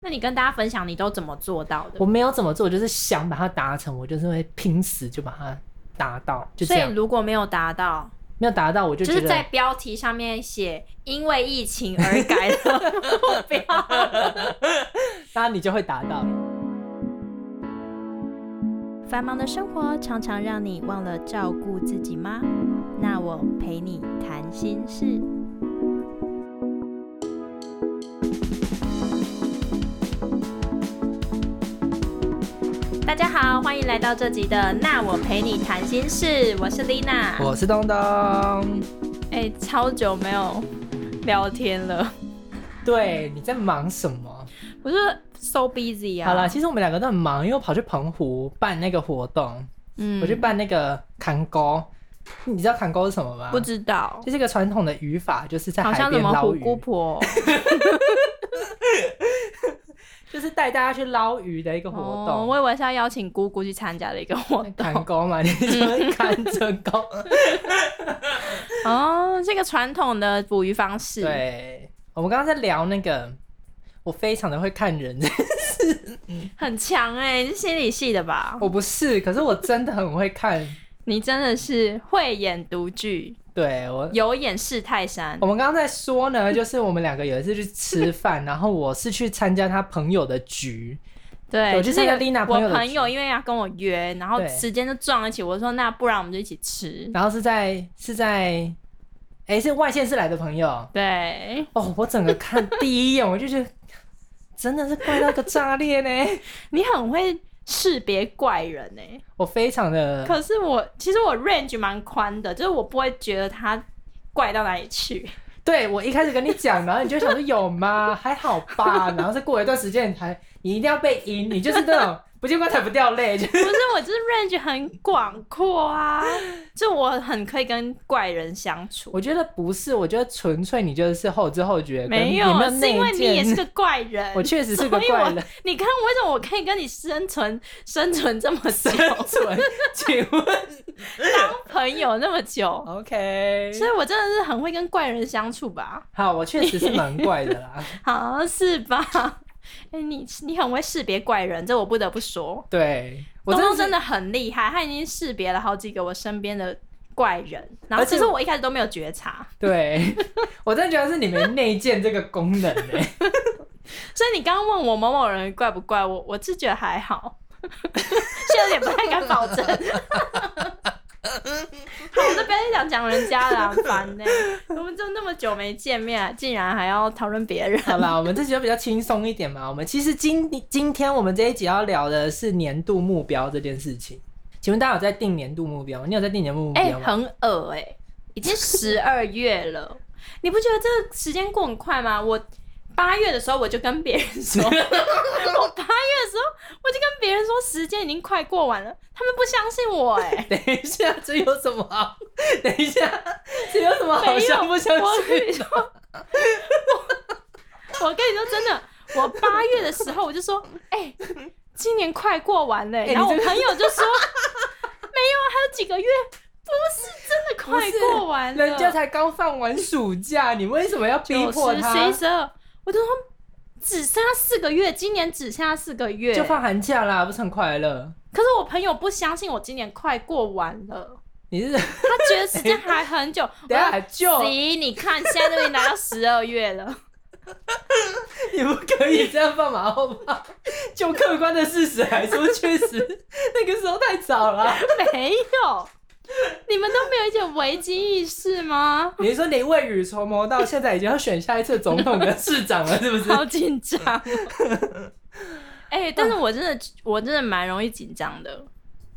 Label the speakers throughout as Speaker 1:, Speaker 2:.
Speaker 1: 那你跟大家分享你都怎么做到的
Speaker 2: 我？没有怎么做，我就是想把它达成，我就是会拼死就把它达到，就这
Speaker 1: 所
Speaker 2: 样
Speaker 1: 以。如果没有达到，
Speaker 2: 没有达到，我就
Speaker 1: 就
Speaker 2: 觉
Speaker 1: 是在
Speaker 2: 得
Speaker 1: 标题上面写“因为疫情而改的目 标
Speaker 2: 当然你就会达到。”。
Speaker 1: 繁忙的生活常常让你忘了照顾自己吗？那我陪你谈心事。大家好，欢迎来到这集的《那我陪你谈心事》，我是丽娜，
Speaker 2: 我是东东，
Speaker 1: 哎、超久没有聊天了，
Speaker 2: 对，你在忙什么？
Speaker 1: 我是 so busy 啊。
Speaker 2: 好啦，，其实我们两个都很忙，因为我跑去澎湖办那个活动，
Speaker 1: 嗯
Speaker 2: 我去办那个砍钩。你知道砍钩是什么吗？
Speaker 1: 不知道，
Speaker 2: 这是一个传统的渔法，就是在
Speaker 1: 好
Speaker 2: 海
Speaker 1: 像什
Speaker 2: 边
Speaker 1: 么
Speaker 2: 捞
Speaker 1: 虎
Speaker 2: 鱼，
Speaker 1: 姑 婆
Speaker 2: 就是带大家去捞鱼的一个活
Speaker 1: 哦，
Speaker 2: 动。
Speaker 1: 我以为是要邀请姑姑去参加的一个活
Speaker 2: 砍
Speaker 1: 动
Speaker 2: 钩嘛，你就
Speaker 1: 嗯
Speaker 2: 会砍成 功。
Speaker 1: 哦，这个传统的捕鱼方式。，
Speaker 2: 对，我们刚刚在聊那个，我非常的会看人，
Speaker 1: 很强哎、你是心理系的吧？
Speaker 2: 我不是，可是我真的很会看。
Speaker 1: 你真的是慧眼独具，
Speaker 2: 对我，
Speaker 1: 有眼识泰山
Speaker 2: 我。们刚刚在说呢，就是我们两个有一次去吃饭，然后我是去参加他朋友的局，
Speaker 1: 对，
Speaker 2: 我
Speaker 1: 就
Speaker 2: 去
Speaker 1: 是
Speaker 2: 参加 Lina 朋友
Speaker 1: 我
Speaker 2: 的
Speaker 1: 朋友
Speaker 2: 局
Speaker 1: 因为要跟我约，然后
Speaker 2: 对
Speaker 1: 时间就撞一起，我说那不然我们就一起吃。
Speaker 2: 然后是在是在，哎，是外县市来的朋友
Speaker 1: 对，
Speaker 2: 哦，我整个看第一眼我就觉得真的是怪到个炸裂呢，
Speaker 1: 你很会识别怪人哎、
Speaker 2: 我非常的
Speaker 1: 可是我其实我 range 蛮宽的，就是我不会觉得他怪到哪里 去。
Speaker 2: 对我一开始跟你讲，然后你就想说有吗？ 还好吧，然后是过一段时间你才你一定要被赢，你就是那种不见棺材不掉泪， 就
Speaker 1: 不是，我就是 range 很广阔啊，就我很可以跟怪人相处。
Speaker 2: 我觉得不是，我觉得纯粹你就是后知后觉，跟
Speaker 1: 没有啊
Speaker 2: 有，没有
Speaker 1: 是因为
Speaker 2: 内
Speaker 1: 你
Speaker 2: 建
Speaker 1: 也是个怪人。
Speaker 2: 我确实是个
Speaker 1: 所以
Speaker 2: 怪
Speaker 1: 我
Speaker 2: 人。
Speaker 1: 你看为什么我可以跟你生存生存这么久，
Speaker 2: 生 存，请问
Speaker 1: 当朋友那么 久？
Speaker 2: ？OK，
Speaker 1: 所以我真的是很会跟怪人相处吧？
Speaker 2: 好，我确实是蛮怪的 啦。
Speaker 1: 好是吧？ 哎、你你很会识别怪人，这我不得不说。
Speaker 2: 对，我
Speaker 1: 东
Speaker 2: 真
Speaker 1: 东
Speaker 2: 的
Speaker 1: 真
Speaker 2: 是
Speaker 1: 的很厉害，他已经识别了好几个我身边的怪人，然后
Speaker 2: 而且
Speaker 1: 其实我一开始都没有觉察，
Speaker 2: 对， 我真的觉得是你们内建这个功能欸呢、
Speaker 1: 所以你刚刚问我某某人怪不怪我，我是觉得还好， 现在有点不太敢保 证。好，我就不要再讲讲人家了，很烦呢、我们就那么久没见面，竟然还要讨论别人。
Speaker 2: 好啦，我们这集就比较轻松一点嘛。我们其实今今天我们这一集要聊的是年度目标这件事情。请问大家有在定年度目标吗？你有在定年度目
Speaker 1: 哎、
Speaker 2: 标吗？
Speaker 1: 很恶哎、已经十二月了， 你不觉得这个时间过很快吗？我八月的时候我就跟别人 说，我八月的时候我就跟别人说时间已经快过完了，他们不相信我哎、
Speaker 2: 等一下，这有什么好？等一下，这有什么 好
Speaker 1: 没有
Speaker 2: 相不相
Speaker 1: 我
Speaker 2: 信？
Speaker 1: 跟你说， 我我跟你说真的，我八月的时候我就说，哎、今年快过完了、
Speaker 2: 哎
Speaker 1: 然后我
Speaker 2: 你这
Speaker 1: 朋友就说， 没有啊，还有几个月，不是真的快
Speaker 2: 不是
Speaker 1: 过完了，
Speaker 2: 人家才刚放完暑假，你为什么要逼
Speaker 1: 九
Speaker 2: 迫
Speaker 1: 十、十
Speaker 2: 他
Speaker 1: 一、？十二，我就说只剩下四个月，今年只剩下四个月，
Speaker 2: 就放寒假啦，不是很快乐？
Speaker 1: 可是我朋友不相信我今年快过完了，
Speaker 2: 你是
Speaker 1: 他觉得时间还很久。
Speaker 2: 等一下
Speaker 1: 我
Speaker 2: 就
Speaker 1: 说行，你看现在都已经来到十二月了。
Speaker 2: 你不可以这样放马后炮。就客观的事实来说，确实 那个时候太早了。啊
Speaker 1: 没有，你们都没有一点危机意识吗？
Speaker 2: 你是说你未雨绸缪到现在已经要选下一次总统跟市长了，是 不是？
Speaker 1: 好紧张哦。哎、但是我真的，我真的蛮容易紧张的。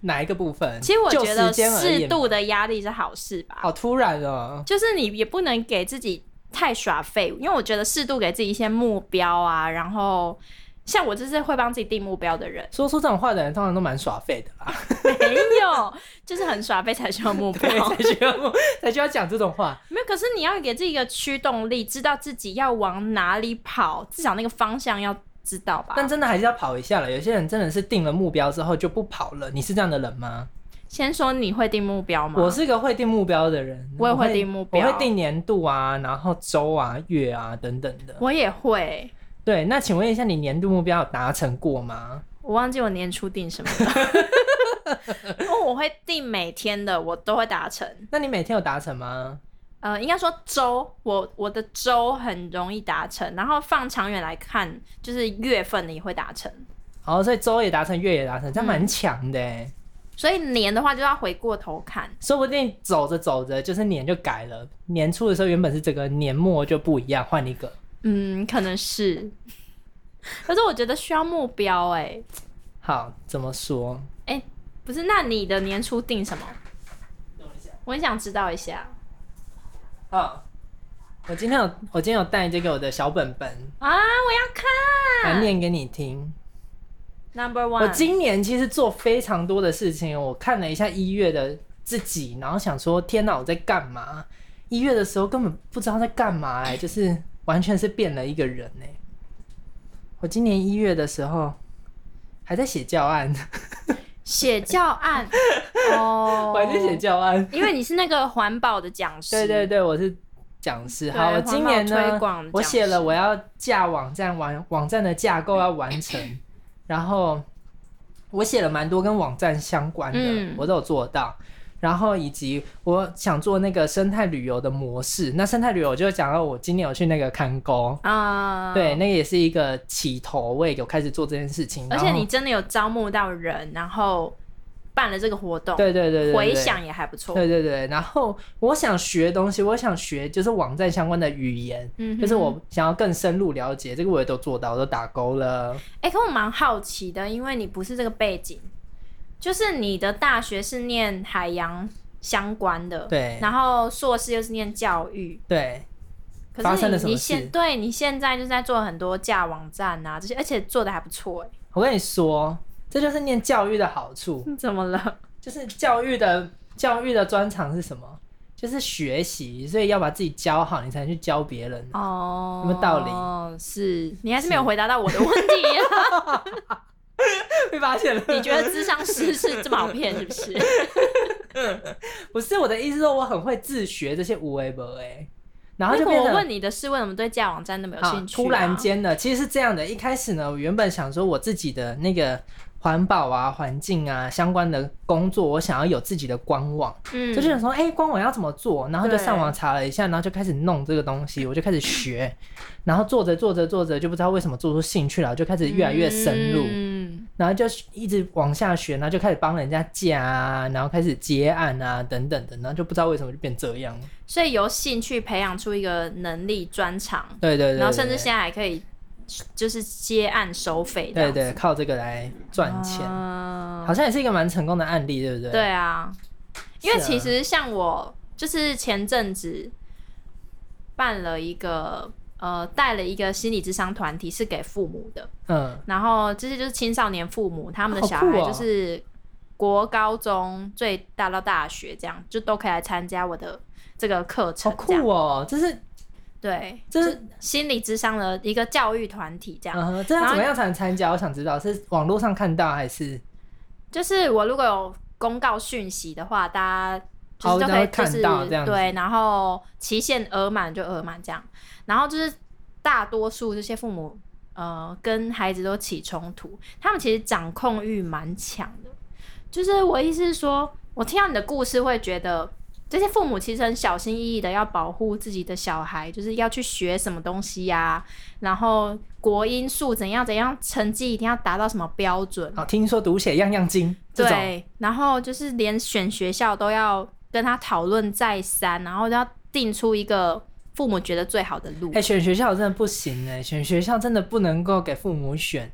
Speaker 2: 哪一个部分？
Speaker 1: 其实我
Speaker 2: 就
Speaker 1: 觉得
Speaker 2: 时间而言
Speaker 1: 适度的压力是好事吧，
Speaker 2: 好突然哦。，
Speaker 1: 就是你也不能给自己太耍废，因为我觉得适度给自己一些目标啊，然后像我就是会帮自己定目标的人
Speaker 2: 说出这种话的人通常都蛮耍废的 啦，
Speaker 1: 没有，就是很耍废才需要目标
Speaker 2: 对，。才需要 才需要讲这种话。
Speaker 1: 没有，可是你要给自己一个驱动力，知道自己要往哪里跑，至少那个方向要知道吧。
Speaker 2: 但真的还是要跑一下了。有些人真的是定了目标之后就不跑了。你是这样的人吗？
Speaker 1: 先说你会定目标吗？
Speaker 2: 我是个会定目标的人，
Speaker 1: 我也会定目标
Speaker 2: 我会定年度啊，然后周啊、月啊等等的。
Speaker 1: 我也会，
Speaker 2: 对，那请问一下，你年度目标有达成过吗？
Speaker 1: 我忘记我年初定什么了，因为我会定每天的，我都会达成。
Speaker 2: 那你每天有达成吗？
Speaker 1: 呃，应该说周，我我的周很容易达成，然后放长远来看，就是月份的也会达成。
Speaker 2: 哦，所以周也达成，月也达成，这样蛮强的欸、
Speaker 1: 所以年的话就要回过头看，
Speaker 2: 说不定走着走着，就是年就改了。年初的时候原本是这个，年末就不一样，换一个。
Speaker 1: 嗯，可能是。可是我觉得需要目标、欸，
Speaker 2: 好，怎么说？
Speaker 1: 哎、不是，那你的年初定什么？
Speaker 2: 等一下。
Speaker 1: 我很想知道一下
Speaker 2: 好，我今天有我今天有带这个我的小本本
Speaker 1: 啊，我要
Speaker 2: 来
Speaker 1: 看。
Speaker 2: 念给你听。
Speaker 1: Number
Speaker 2: 我
Speaker 1: one，
Speaker 2: 今年其实做非常多的事情，我看了一下一月的自己，然后想说：天哪，我在干嘛？一月的时候根本不知道在干 嘛、哎，就是完全是变了一个人哎、我今年一月的时候还在写教案，
Speaker 1: 写教 案哦，
Speaker 2: 我还在写教案。
Speaker 1: 因为你是那个环保的讲师，
Speaker 2: 对对对，我是讲师。
Speaker 1: 对
Speaker 2: 好，我
Speaker 1: 环保
Speaker 2: 今年
Speaker 1: 推
Speaker 2: 呢
Speaker 1: 广的，
Speaker 2: 我
Speaker 1: 讲
Speaker 2: 写了
Speaker 1: 师
Speaker 2: 我要架网站网网站的架构要 完成，然后我写了蛮多跟网站相关的，
Speaker 1: 嗯
Speaker 2: 我都有做到。然后以及我想做那个生态旅游的模式，那生态旅游我就讲到我今年有去那个看沟，
Speaker 1: 啊，
Speaker 2: 对，那个也是一个起头，我也有开始做这件事情。
Speaker 1: 而且
Speaker 2: 然后
Speaker 1: 你真的有招募到人，然后办了这个活动，
Speaker 2: 对对对对对
Speaker 1: 回想也还不错。
Speaker 2: 对对对，然后我想学东西，我想学就是网站相关的语言，
Speaker 1: 嗯哼
Speaker 2: 就是我想要更深入了解，这个我也都做到，我都打勾了。
Speaker 1: 哎、可我蛮好奇的，因为你不是这个背景，就是你的大学是念海洋相关的，
Speaker 2: 对
Speaker 1: 然后硕士又是念教育，
Speaker 2: 对，
Speaker 1: 可
Speaker 2: 发
Speaker 1: 是
Speaker 2: 生了
Speaker 1: 你
Speaker 2: 什么
Speaker 1: 你
Speaker 2: 事
Speaker 1: 现对你现在就是在做很多架网站啊这些，而且做的还不错哎、
Speaker 2: 我跟你说，这就是念教育的好处，
Speaker 1: 怎么了？
Speaker 2: 就是教育的教育的专长是什么？就是学习，所以要把自己教好，你才能去教别人。
Speaker 1: 哦，
Speaker 2: 有没有道理
Speaker 1: 哦，是你还是没有回答到我的问题、 啊。
Speaker 2: 被发现了？
Speaker 1: 你觉得智商师是这么好骗是不是？
Speaker 2: 不是我的意思，说我很会自学这些无为不为，然后
Speaker 1: 那
Speaker 2: 就
Speaker 1: 个
Speaker 2: 变
Speaker 1: 我
Speaker 2: 成
Speaker 1: 问你的是为什么对架网站那么有
Speaker 2: 好
Speaker 1: 兴趣、啊？
Speaker 2: 突然间的，其实是这样的。一开始呢，我原本想说我自己的那个环保啊、环境啊相关的工作，我想要有自己的官网，
Speaker 1: 嗯，
Speaker 2: 就是想说，哎、官网要怎么做？然后就
Speaker 1: 对
Speaker 2: 上网查了一下，然后就开始弄这个东西，我就开始学，然后做着做着做着，就不知道为什么做出兴趣了，就开始越来越深入。
Speaker 1: 嗯，
Speaker 2: 然后就一直往下学，然后就开始帮人家架啊，然后开始接案啊，等等的，然后就不知道为什么就变这样了。
Speaker 1: 所以由兴趣培养出一个能力专长，
Speaker 2: 对对对
Speaker 1: 然后甚至
Speaker 2: 对
Speaker 1: 现在还可以就是接案收费这
Speaker 2: 对
Speaker 1: 样子，
Speaker 2: 对，靠这个来赚钱。
Speaker 1: 嗯
Speaker 2: 好像也是一个蛮成功的案例，对不对？
Speaker 1: 对啊，因为
Speaker 2: 是啊
Speaker 1: 其实像我就是前阵子办了一个呃带了一个心理智商团体，是给父母的，
Speaker 2: 嗯，
Speaker 1: 然后这些就是青少年父母，他们的
Speaker 2: 好
Speaker 1: 小
Speaker 2: 酷
Speaker 1: 孩
Speaker 2: 哦
Speaker 1: 就是国高中最大到大学这样，就都可以来参加我的这个课
Speaker 2: 好
Speaker 1: 程。这样
Speaker 2: 酷哦，这是
Speaker 1: 对，
Speaker 2: 这是
Speaker 1: 心理智商的一个教育团体这样。
Speaker 2: 嗯哼，这
Speaker 1: 然
Speaker 2: 要
Speaker 1: 后
Speaker 2: 怎么样才能参加？我想知道是网络上看到还是
Speaker 1: 就是我如果有公告讯息的话，大家就是
Speaker 2: 哦
Speaker 1: 都可以
Speaker 2: 都会
Speaker 1: 就是
Speaker 2: 看到这样子
Speaker 1: 对，然后期限额满就额满这样，然后就是大多数这些父母呃跟孩子都起冲突，他们其实掌控欲蛮强的，就是我意思是说，我听到你的故事会觉得。这些父母其实很小心翼翼的要保护自己的小孩，就是要去学什么东西呀、然后国因素怎样怎样，成绩一定要达到什么标准，
Speaker 2: 哦，听说读写样样精这种，
Speaker 1: 对，然后就是连选学校都要跟他讨论再三，然后要定出一个父母觉得最好的路。
Speaker 2: 哎，选学校真的不行哎，选学校真的不能够给父母选，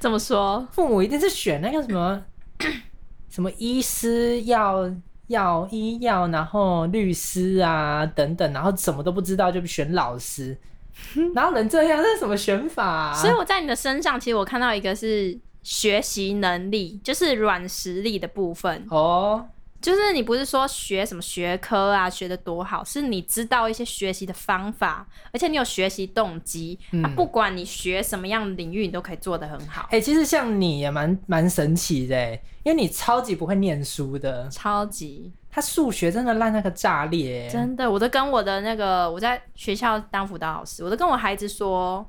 Speaker 1: 怎么说？
Speaker 2: 父母一定是选那个什么什么医师要。要医药，然后律师啊等等，然后什么都不知道就选老师，然后人这样，这是什么选法、啊？
Speaker 1: 所以我在你的身上，其实我看到一个是学习能力，就是软实力的部分。
Speaker 2: 哦，
Speaker 1: 就是你不是说学什么学科啊，学的多好，是你知道一些学习的方法，而且你有学习动机。
Speaker 2: 嗯
Speaker 1: 啊，不管你学什么样的领域，你都可以做得很好，
Speaker 2: 哎、其实像你也蛮蛮神奇的欸，因为你超级不会念书的，
Speaker 1: 超级
Speaker 2: 他数学真的烂那个炸裂欸。
Speaker 1: 真的，我都跟我的那个我在学校当辅导老师，我都跟我孩子说，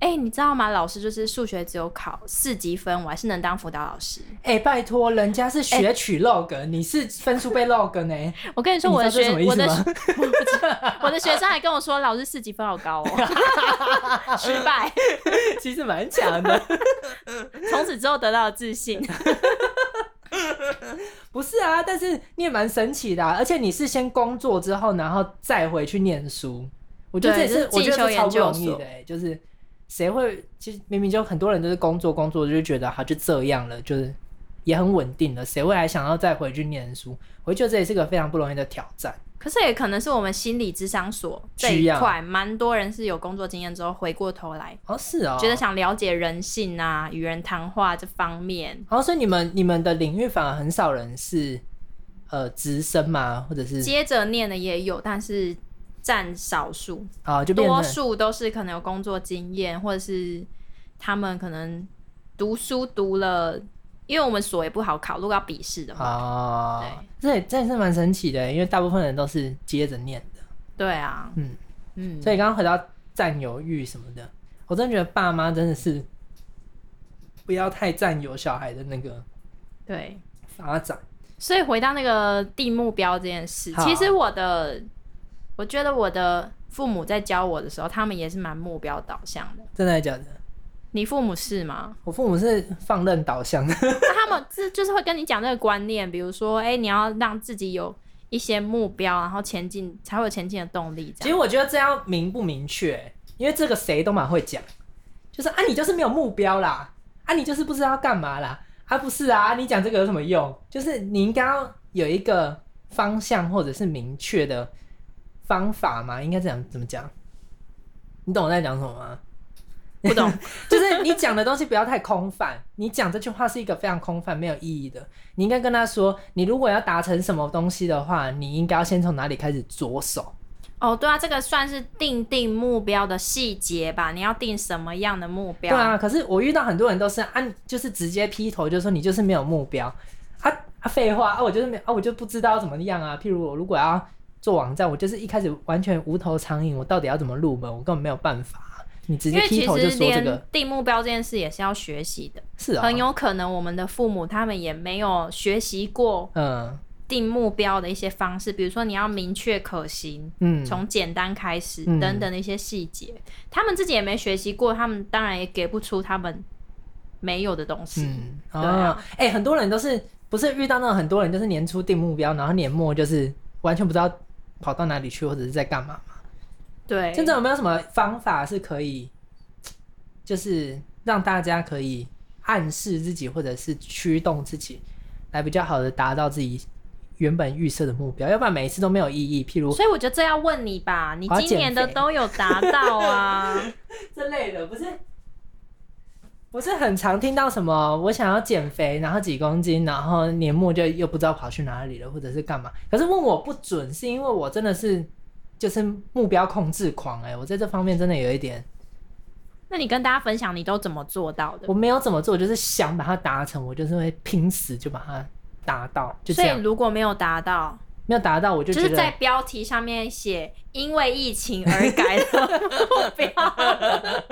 Speaker 1: 哎、你知道吗？老师就是数学只有考四级分，我还是能当辅导老师。
Speaker 2: 哎、拜托，人家是
Speaker 1: 哎
Speaker 2: 学取 log，、你是分数被 log 呢？
Speaker 1: 我跟你说，
Speaker 2: 你
Speaker 1: 我的
Speaker 2: 知道这
Speaker 1: 学
Speaker 2: 什么意
Speaker 1: 我
Speaker 2: 思
Speaker 1: 的
Speaker 2: 吗
Speaker 1: 学我不知 道我的学生还跟我说，老师四级分好高哦， 失败。
Speaker 2: 其实蛮强的。
Speaker 1: 从此之后得到了自 信。
Speaker 2: 不是啊，但是你也蛮神奇的、啊，而且你是先工作之后，然后再回去念书，我觉得这
Speaker 1: 对
Speaker 2: 也是
Speaker 1: 就是
Speaker 2: 我觉
Speaker 1: 进修
Speaker 2: 得这超
Speaker 1: 研
Speaker 2: 不
Speaker 1: 究
Speaker 2: 容易
Speaker 1: 所
Speaker 2: 的、欸，就是谁会，其实明明就很多人都是工作工作就觉得他就这样了，就是也很稳定了，谁会还想要再回去念书？我觉得这也是个非常不容易的挑战。
Speaker 1: 可是也可能是我们心理智商所这
Speaker 2: 需
Speaker 1: 一
Speaker 2: 要
Speaker 1: 块，蛮多人是有工作经验之后回过头来，
Speaker 2: 哦，是哦，
Speaker 1: 觉得想了解人性啊、与人谈话这方面，
Speaker 2: 哦，所以你们你们的领域反而很少人是呃直升嘛，或者是
Speaker 1: 接着念的也有，但是占少数，
Speaker 2: 啊、就变
Speaker 1: 多
Speaker 2: 成
Speaker 1: 数都是可能有工作经验，或者是他们可能读书读了，因为我们所也不好考，如果要笔试的话，
Speaker 2: 啊，这也这也是蛮神奇的欸，因为大部分人都是接着念的。
Speaker 1: 对啊，
Speaker 2: 嗯
Speaker 1: 嗯，
Speaker 2: 所以刚刚回到占有欲什么的，我真的觉得爸妈真的是不要太占有小孩的那个
Speaker 1: 对。
Speaker 2: 发展。
Speaker 1: 所以回到那个定目标这件事，
Speaker 2: 好
Speaker 1: 其实我的，我觉得我的父母在教我的时候，他们也是蛮目标导向的。
Speaker 2: 真的还是假的？
Speaker 1: 你父母是吗？
Speaker 2: 我父母是放任导向的，
Speaker 1: 那啊他们这就是会跟你讲这个观念，比如说，哎、你要让自己有一些目标，然后前进才会有前进的动力。这
Speaker 2: 其
Speaker 1: 样
Speaker 2: 实我觉得这要明不明确，因为这个谁都蛮会讲，就是啊，你就是没有目标啦，啊，你就是不知道要干嘛啦，啊，不是啊，你讲这个有什么用？就是你应该要有一个方向或者是明确的方法嘛，应该这样怎么讲？你懂我在讲什么吗？
Speaker 1: 不 懂，
Speaker 2: 就是你讲的东西不要太空泛， 你讲这句话是一个非常空泛、没有意义的。你应该跟他说，你如果要达成什么东西的话，你应该要先从哪里开始着手。
Speaker 1: 哦，对啊，这个算是定定目标的细节吧？你要定什么样的目标？
Speaker 2: 对啊，可是我遇到很多人都是按、就是直接劈头就说你就是没有目标啊啊，废话啊，我就是没有啊，我就不知道怎么样啊。譬如我如果要做网站，我就是一开始完全无头苍蝇，我到底要怎么入门，我根本没有办法啊、你直
Speaker 1: 因
Speaker 2: 接
Speaker 1: 为其
Speaker 2: 劈头就
Speaker 1: 实
Speaker 2: 说这个
Speaker 1: 连定目标这件事也是要学习的。
Speaker 2: 是啊、
Speaker 1: 很有可能我们的父母他们也没有学习过
Speaker 2: 嗯
Speaker 1: 定目标的一些方式，比如说你要明确可行，
Speaker 2: 嗯，
Speaker 1: 从简单开始
Speaker 2: 嗯
Speaker 1: 等等的一些细节，他们自己也没学习过，他们当然也给不出他们没有的东西。
Speaker 2: 嗯，
Speaker 1: 对
Speaker 2: 哦，
Speaker 1: 啊
Speaker 2: 哎、很多人都是不是遇到那种很多人就是年初定目标，然后年末就是完全不知道跑到哪里去或者是在干嘛嘛。
Speaker 1: 对，
Speaker 2: 真正有没有什么方法是可以，就是让大家可以暗示自己或者是驱动自己，来比较好的达到自己原本预设的目标？要不然每一次都没有意义。譬如
Speaker 1: 所以我觉得这要问你吧，你
Speaker 2: 我要
Speaker 1: 今年的
Speaker 2: 减肥
Speaker 1: 都有达到 啊，
Speaker 2: 这类的，不是不是很常听到什么我想要减肥，然后几公斤，然后年末就又不知道跑去哪里了，或者是干嘛。可是问我不准，是因为我真的是就是目标控制狂哎、我在这方面真的有一点。
Speaker 1: 那你跟大家分享你都怎么做到的
Speaker 2: 我？没有怎么做，我就是想把它达成，我就是会拼死就把它达到，就这
Speaker 1: 所以
Speaker 2: 样。
Speaker 1: 如果没有达到，
Speaker 2: 没有达到，我就
Speaker 1: 就
Speaker 2: 觉
Speaker 1: 是
Speaker 2: 得
Speaker 1: 在标题上面写“因为疫情而改的 目标”。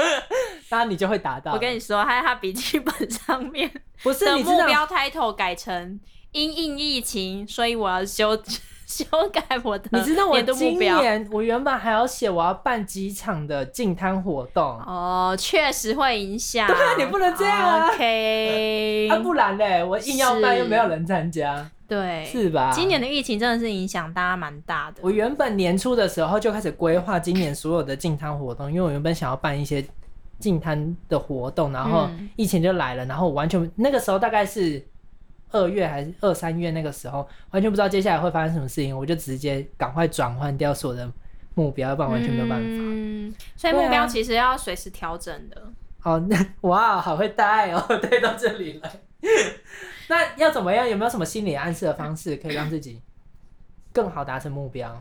Speaker 2: 那啊你就会达到。
Speaker 1: 我跟你说，还有他笔记本上面
Speaker 2: 不是
Speaker 1: 的
Speaker 2: 你知
Speaker 1: 目
Speaker 2: 道，
Speaker 1: 标 title 改成“因应疫情”，所以我要修 修改我呃的
Speaker 2: 你知道我
Speaker 1: 年度目
Speaker 2: 今
Speaker 1: 标。
Speaker 2: 年我原本还要写我要办几场的净摊活动，
Speaker 1: 哦，确实会影响。
Speaker 2: 对啊你不能这样啊
Speaker 1: OK，、
Speaker 2: 啊不然嘞，我硬要办
Speaker 1: 是
Speaker 2: 又没有人参加，
Speaker 1: 对，
Speaker 2: 是吧？
Speaker 1: 今年的疫情真的是影响大家蛮大的。
Speaker 2: 我原本年初的时候就开始规划今年所有的进摊活动，因为我原本想要办一些进摊的活动，然后
Speaker 1: 嗯
Speaker 2: 疫情就来了，然后我完全那个时候大概是二月还是二三月那个时候，完全不知道接下来会发生什么事情，我就直接赶快转换掉所有的目标，要不然完全没有办法。
Speaker 1: 嗯，所以
Speaker 2: 对啊
Speaker 1: 目标其实要随时调整的。
Speaker 2: 好，那哇，好会带哦， 带到这里来。那要怎么样？有没有什么心理暗示的方式可以让自己更好达成目标？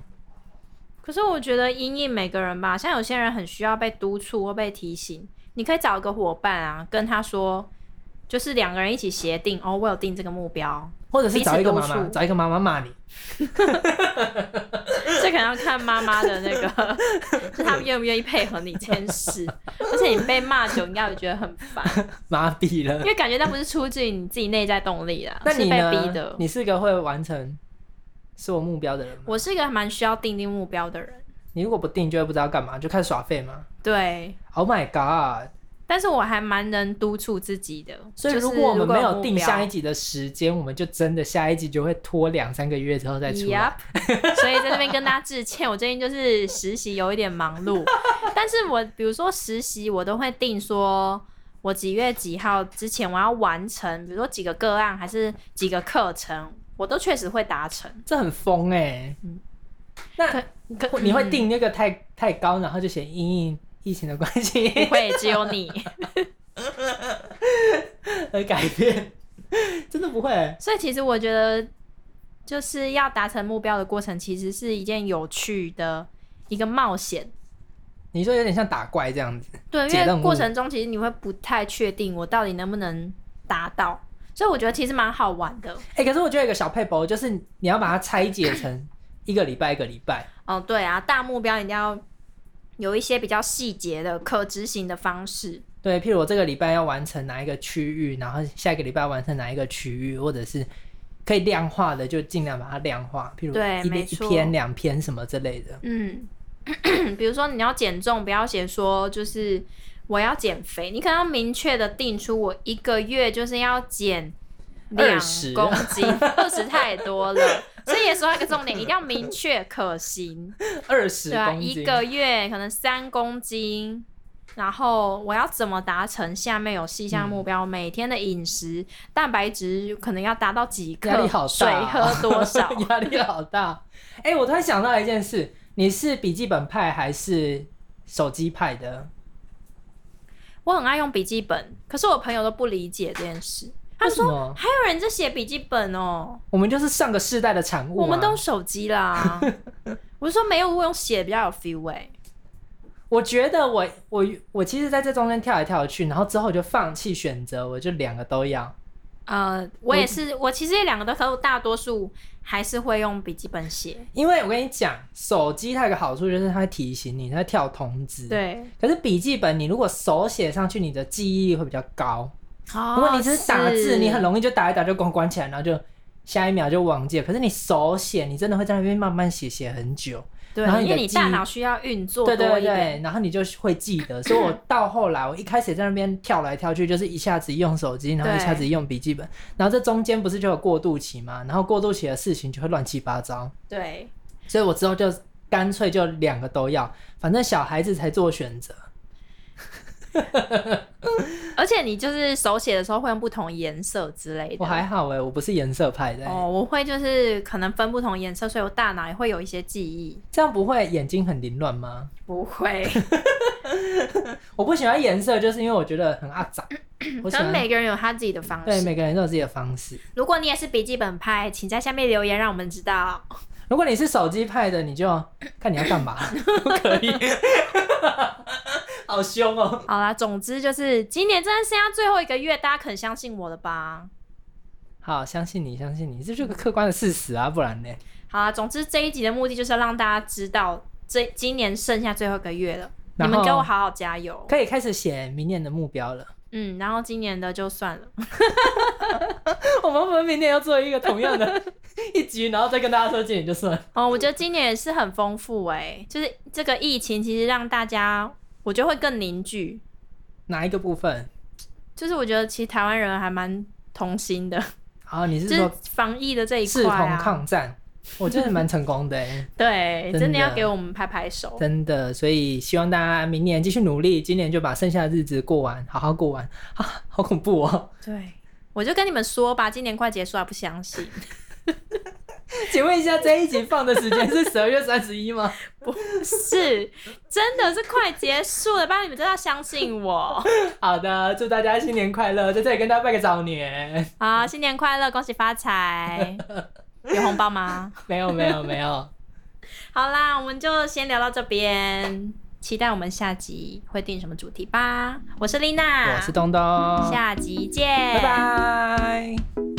Speaker 1: 可是我觉得因应每个人吧，像有些人很需要被督促或被提醒，你可以找一个伙伴啊，跟他说，就是两个人一起协定，哦，我有定这个目标，
Speaker 2: 或者是找一个
Speaker 1: 彼
Speaker 2: 妈
Speaker 1: 此督
Speaker 2: 妈，
Speaker 1: 促
Speaker 2: 找一个妈妈骂你，
Speaker 1: 这可能要看妈妈的那 个，就他们愿不愿意配合你这件事。而且你被骂久，你应该会觉得很烦，
Speaker 2: 麻痹了
Speaker 1: 因。为感觉那不是出自于你自己内在动力啦，
Speaker 2: 那
Speaker 1: 是
Speaker 2: 你
Speaker 1: 被逼
Speaker 2: 呢
Speaker 1: 的？。
Speaker 2: 你是一个会完成所有目标的人吗？
Speaker 1: 我是一个蛮需要定定目标的人，
Speaker 2: 你如果不定，就会不知道干嘛，就开始耍废吗
Speaker 1: 对，
Speaker 2: ？Oh my god！
Speaker 1: 但是我还蛮能督促自己的。
Speaker 2: 所以
Speaker 1: 就是
Speaker 2: 如
Speaker 1: 如
Speaker 2: 果我们没有
Speaker 1: 目
Speaker 2: 定
Speaker 1: 标
Speaker 2: 下一集的时间，我们就真的下一集就会拖两三个月之后再出来。
Speaker 1: Yup，所 以在这边跟大家致歉，我最近就是实习有一点忙碌， 但是我比如说实习，我都会定说。我几月几号之前我要完成，比如说几个个案还是几个课程，我都确实会达成。
Speaker 2: 这很疯 哎、
Speaker 1: 可可
Speaker 2: 你会定那个太太高，然后就写因应疫情的关
Speaker 1: 不
Speaker 2: 系
Speaker 1: 会只有你，
Speaker 2: 而改变，真的不会。
Speaker 1: 所以其实我觉得就是要达成目标的过程，其实是一件有趣的一个冒险。
Speaker 2: 你说有点像打怪这样子，
Speaker 1: 对，
Speaker 2: 解
Speaker 1: 因
Speaker 2: 任务
Speaker 1: 为过程中其实你会不太确定我到底能不能达到，所以我觉得其实蛮好玩的。
Speaker 2: 哎、可是我觉得有一个小配博就是你要把它拆解成一个礼拜一个礼拜，
Speaker 1: 哦，对啊，大目标一定要有一些比较细节的可执行的方式。
Speaker 2: 对，譬如我这个礼拜要完成哪一个区域，然后下一个礼拜完成哪一个区域，或者是可以量化的，就尽量把它量化，譬如
Speaker 1: 对
Speaker 2: 一
Speaker 1: 没
Speaker 2: 篇一
Speaker 1: 错
Speaker 2: 篇两篇什么之类 的。
Speaker 1: 嗯， 比如说你要减重，不要写说就是我要减肥，你可能要明确的定出我一个月就是要减。两
Speaker 2: 20
Speaker 1: 公斤，二十太多了，所以也说到一个重点，一定要明确可行。
Speaker 2: 二十
Speaker 1: 对啊，
Speaker 2: 公
Speaker 1: 一
Speaker 2: 斤，
Speaker 1: 个月可能三公斤，然后我要怎么达成？下面有细项目标，每天的饮食蛋白质可能要达到几
Speaker 2: 压力
Speaker 1: 克，
Speaker 2: 好
Speaker 1: 水
Speaker 2: 大哦、
Speaker 1: 喝 多少？
Speaker 2: 压力好大。哎、我突然想到一件事，你是笔记本派还是手机派的？
Speaker 1: 我很爱用笔记本，可是我朋友都不理解这件事。他
Speaker 2: 为
Speaker 1: 们
Speaker 2: 什
Speaker 1: 说
Speaker 2: 么
Speaker 1: 还有人在写笔记本哦，
Speaker 2: 我们就是上个世代的产物、啊？
Speaker 1: 我们都，手机 啦。我是说没有，我用写比较有 feel 哎、
Speaker 2: 我觉得我我我其实在这中间跳来跳去，然后之后我就放弃选择，我就两个都要。
Speaker 1: 呃，我也是，我其实也两个都，可是我大多数还是会用笔记本写。
Speaker 2: 因为我跟你讲，手机它有个好处就是它会提醒你，它会跳通知。。
Speaker 1: 对，
Speaker 2: 可是笔记本，你如果手写上去，你的记忆力会比较高。
Speaker 1: 哦
Speaker 2: 如果你只是打字，你
Speaker 1: 是
Speaker 2: 很容易就打一打就关关起来，然后就下一秒就忘记了。可是你手写，你真的会在那边慢慢写写很久。
Speaker 1: 对，
Speaker 2: 然后你
Speaker 1: 因为
Speaker 2: 的
Speaker 1: 你
Speaker 2: 记
Speaker 1: 大
Speaker 2: 忆
Speaker 1: 脑需要运作
Speaker 2: 对对
Speaker 1: 多
Speaker 2: 对
Speaker 1: 一点。
Speaker 2: 对，然后你就会记得。所以我到后来，我一开始在那边跳来跳去，就是一下子用手机，然后一下子用笔记本，然后这中间不是就有过渡期嘛？然后过渡期的事情就会乱七八糟，
Speaker 1: 对
Speaker 2: 所以我之后就干脆就两个都要，反正小孩子才做选择。
Speaker 1: 而且你就是手写的时候会用不同颜色之类的。
Speaker 2: 我还好哎、我不是颜色派的欸、
Speaker 1: 哦，我会就是可能分不同颜色，所以我大脑也会有一些记忆。
Speaker 2: 这样不会眼睛很凌乱吗？
Speaker 1: 不 会，
Speaker 2: 我不喜欢颜色，就是因为我觉得很阿杂。我喜
Speaker 1: 可能
Speaker 2: 欢
Speaker 1: 每个人有他自己的方
Speaker 2: 对
Speaker 1: 式。
Speaker 2: 嗯每个人都有自己的方式。
Speaker 1: 如果你也是笔记本派，请在下面留言让我们知道。
Speaker 2: 如果你是手机派的，你就看你要干 嘛都可以。好凶哦！
Speaker 1: 好啦，总之就是今年真的剩下最后一个月，大家肯相信我了吧？
Speaker 2: 好，相信你，相信你，这就是个客观的事实啊，不然呢？
Speaker 1: 好啦，总之这一集的目的就是要让大家知道，这今年剩下最后一个月了，你
Speaker 2: 然
Speaker 1: 们给
Speaker 2: 后
Speaker 1: 我好好加油。
Speaker 2: 可以开始写明年的目标了。
Speaker 1: 嗯，然后今年的就算了。
Speaker 2: 我们我们明年要做一个同样 的一集，然后再跟大家说今年就算。
Speaker 1: 哦，我觉得今年也是很丰富哎、就是这个疫情其实让大家，我觉得会更凝聚。
Speaker 2: 哪一个部分？
Speaker 1: 就是我觉得其实台湾人还蛮同心的，
Speaker 2: 啊，你是
Speaker 1: 就是
Speaker 2: 说
Speaker 1: 防疫的这一
Speaker 2: 视
Speaker 1: 块
Speaker 2: 同
Speaker 1: 啊，
Speaker 2: 抗 战？我真的蛮成功的、欸，
Speaker 1: 对，
Speaker 2: 真
Speaker 1: 真的要
Speaker 2: 的
Speaker 1: 给我们拍拍手。
Speaker 2: 真的。所以希望大家明年继续努力，今年就把剩下的日子过完，好好过完。啊，好恐怖哦！
Speaker 1: 对，我就跟你们说吧，今年快结束了，不相 信，
Speaker 2: 请问一下，这一集放的时 间是十二月三十一吗？
Speaker 1: 是真的是快结束了吧？你们真的要相信我。
Speaker 2: 好的，祝大家新年快乐，在这里跟大家拜个早年。
Speaker 1: 好，新年快乐，恭喜发财，有红包吗？
Speaker 2: 没有，没有，没有。
Speaker 1: 好啦，我们就先聊到这边，期待我们下集会定什么主题吧。我是丽娜，
Speaker 2: 我是东东，
Speaker 1: 下集见，
Speaker 2: 拜。拜。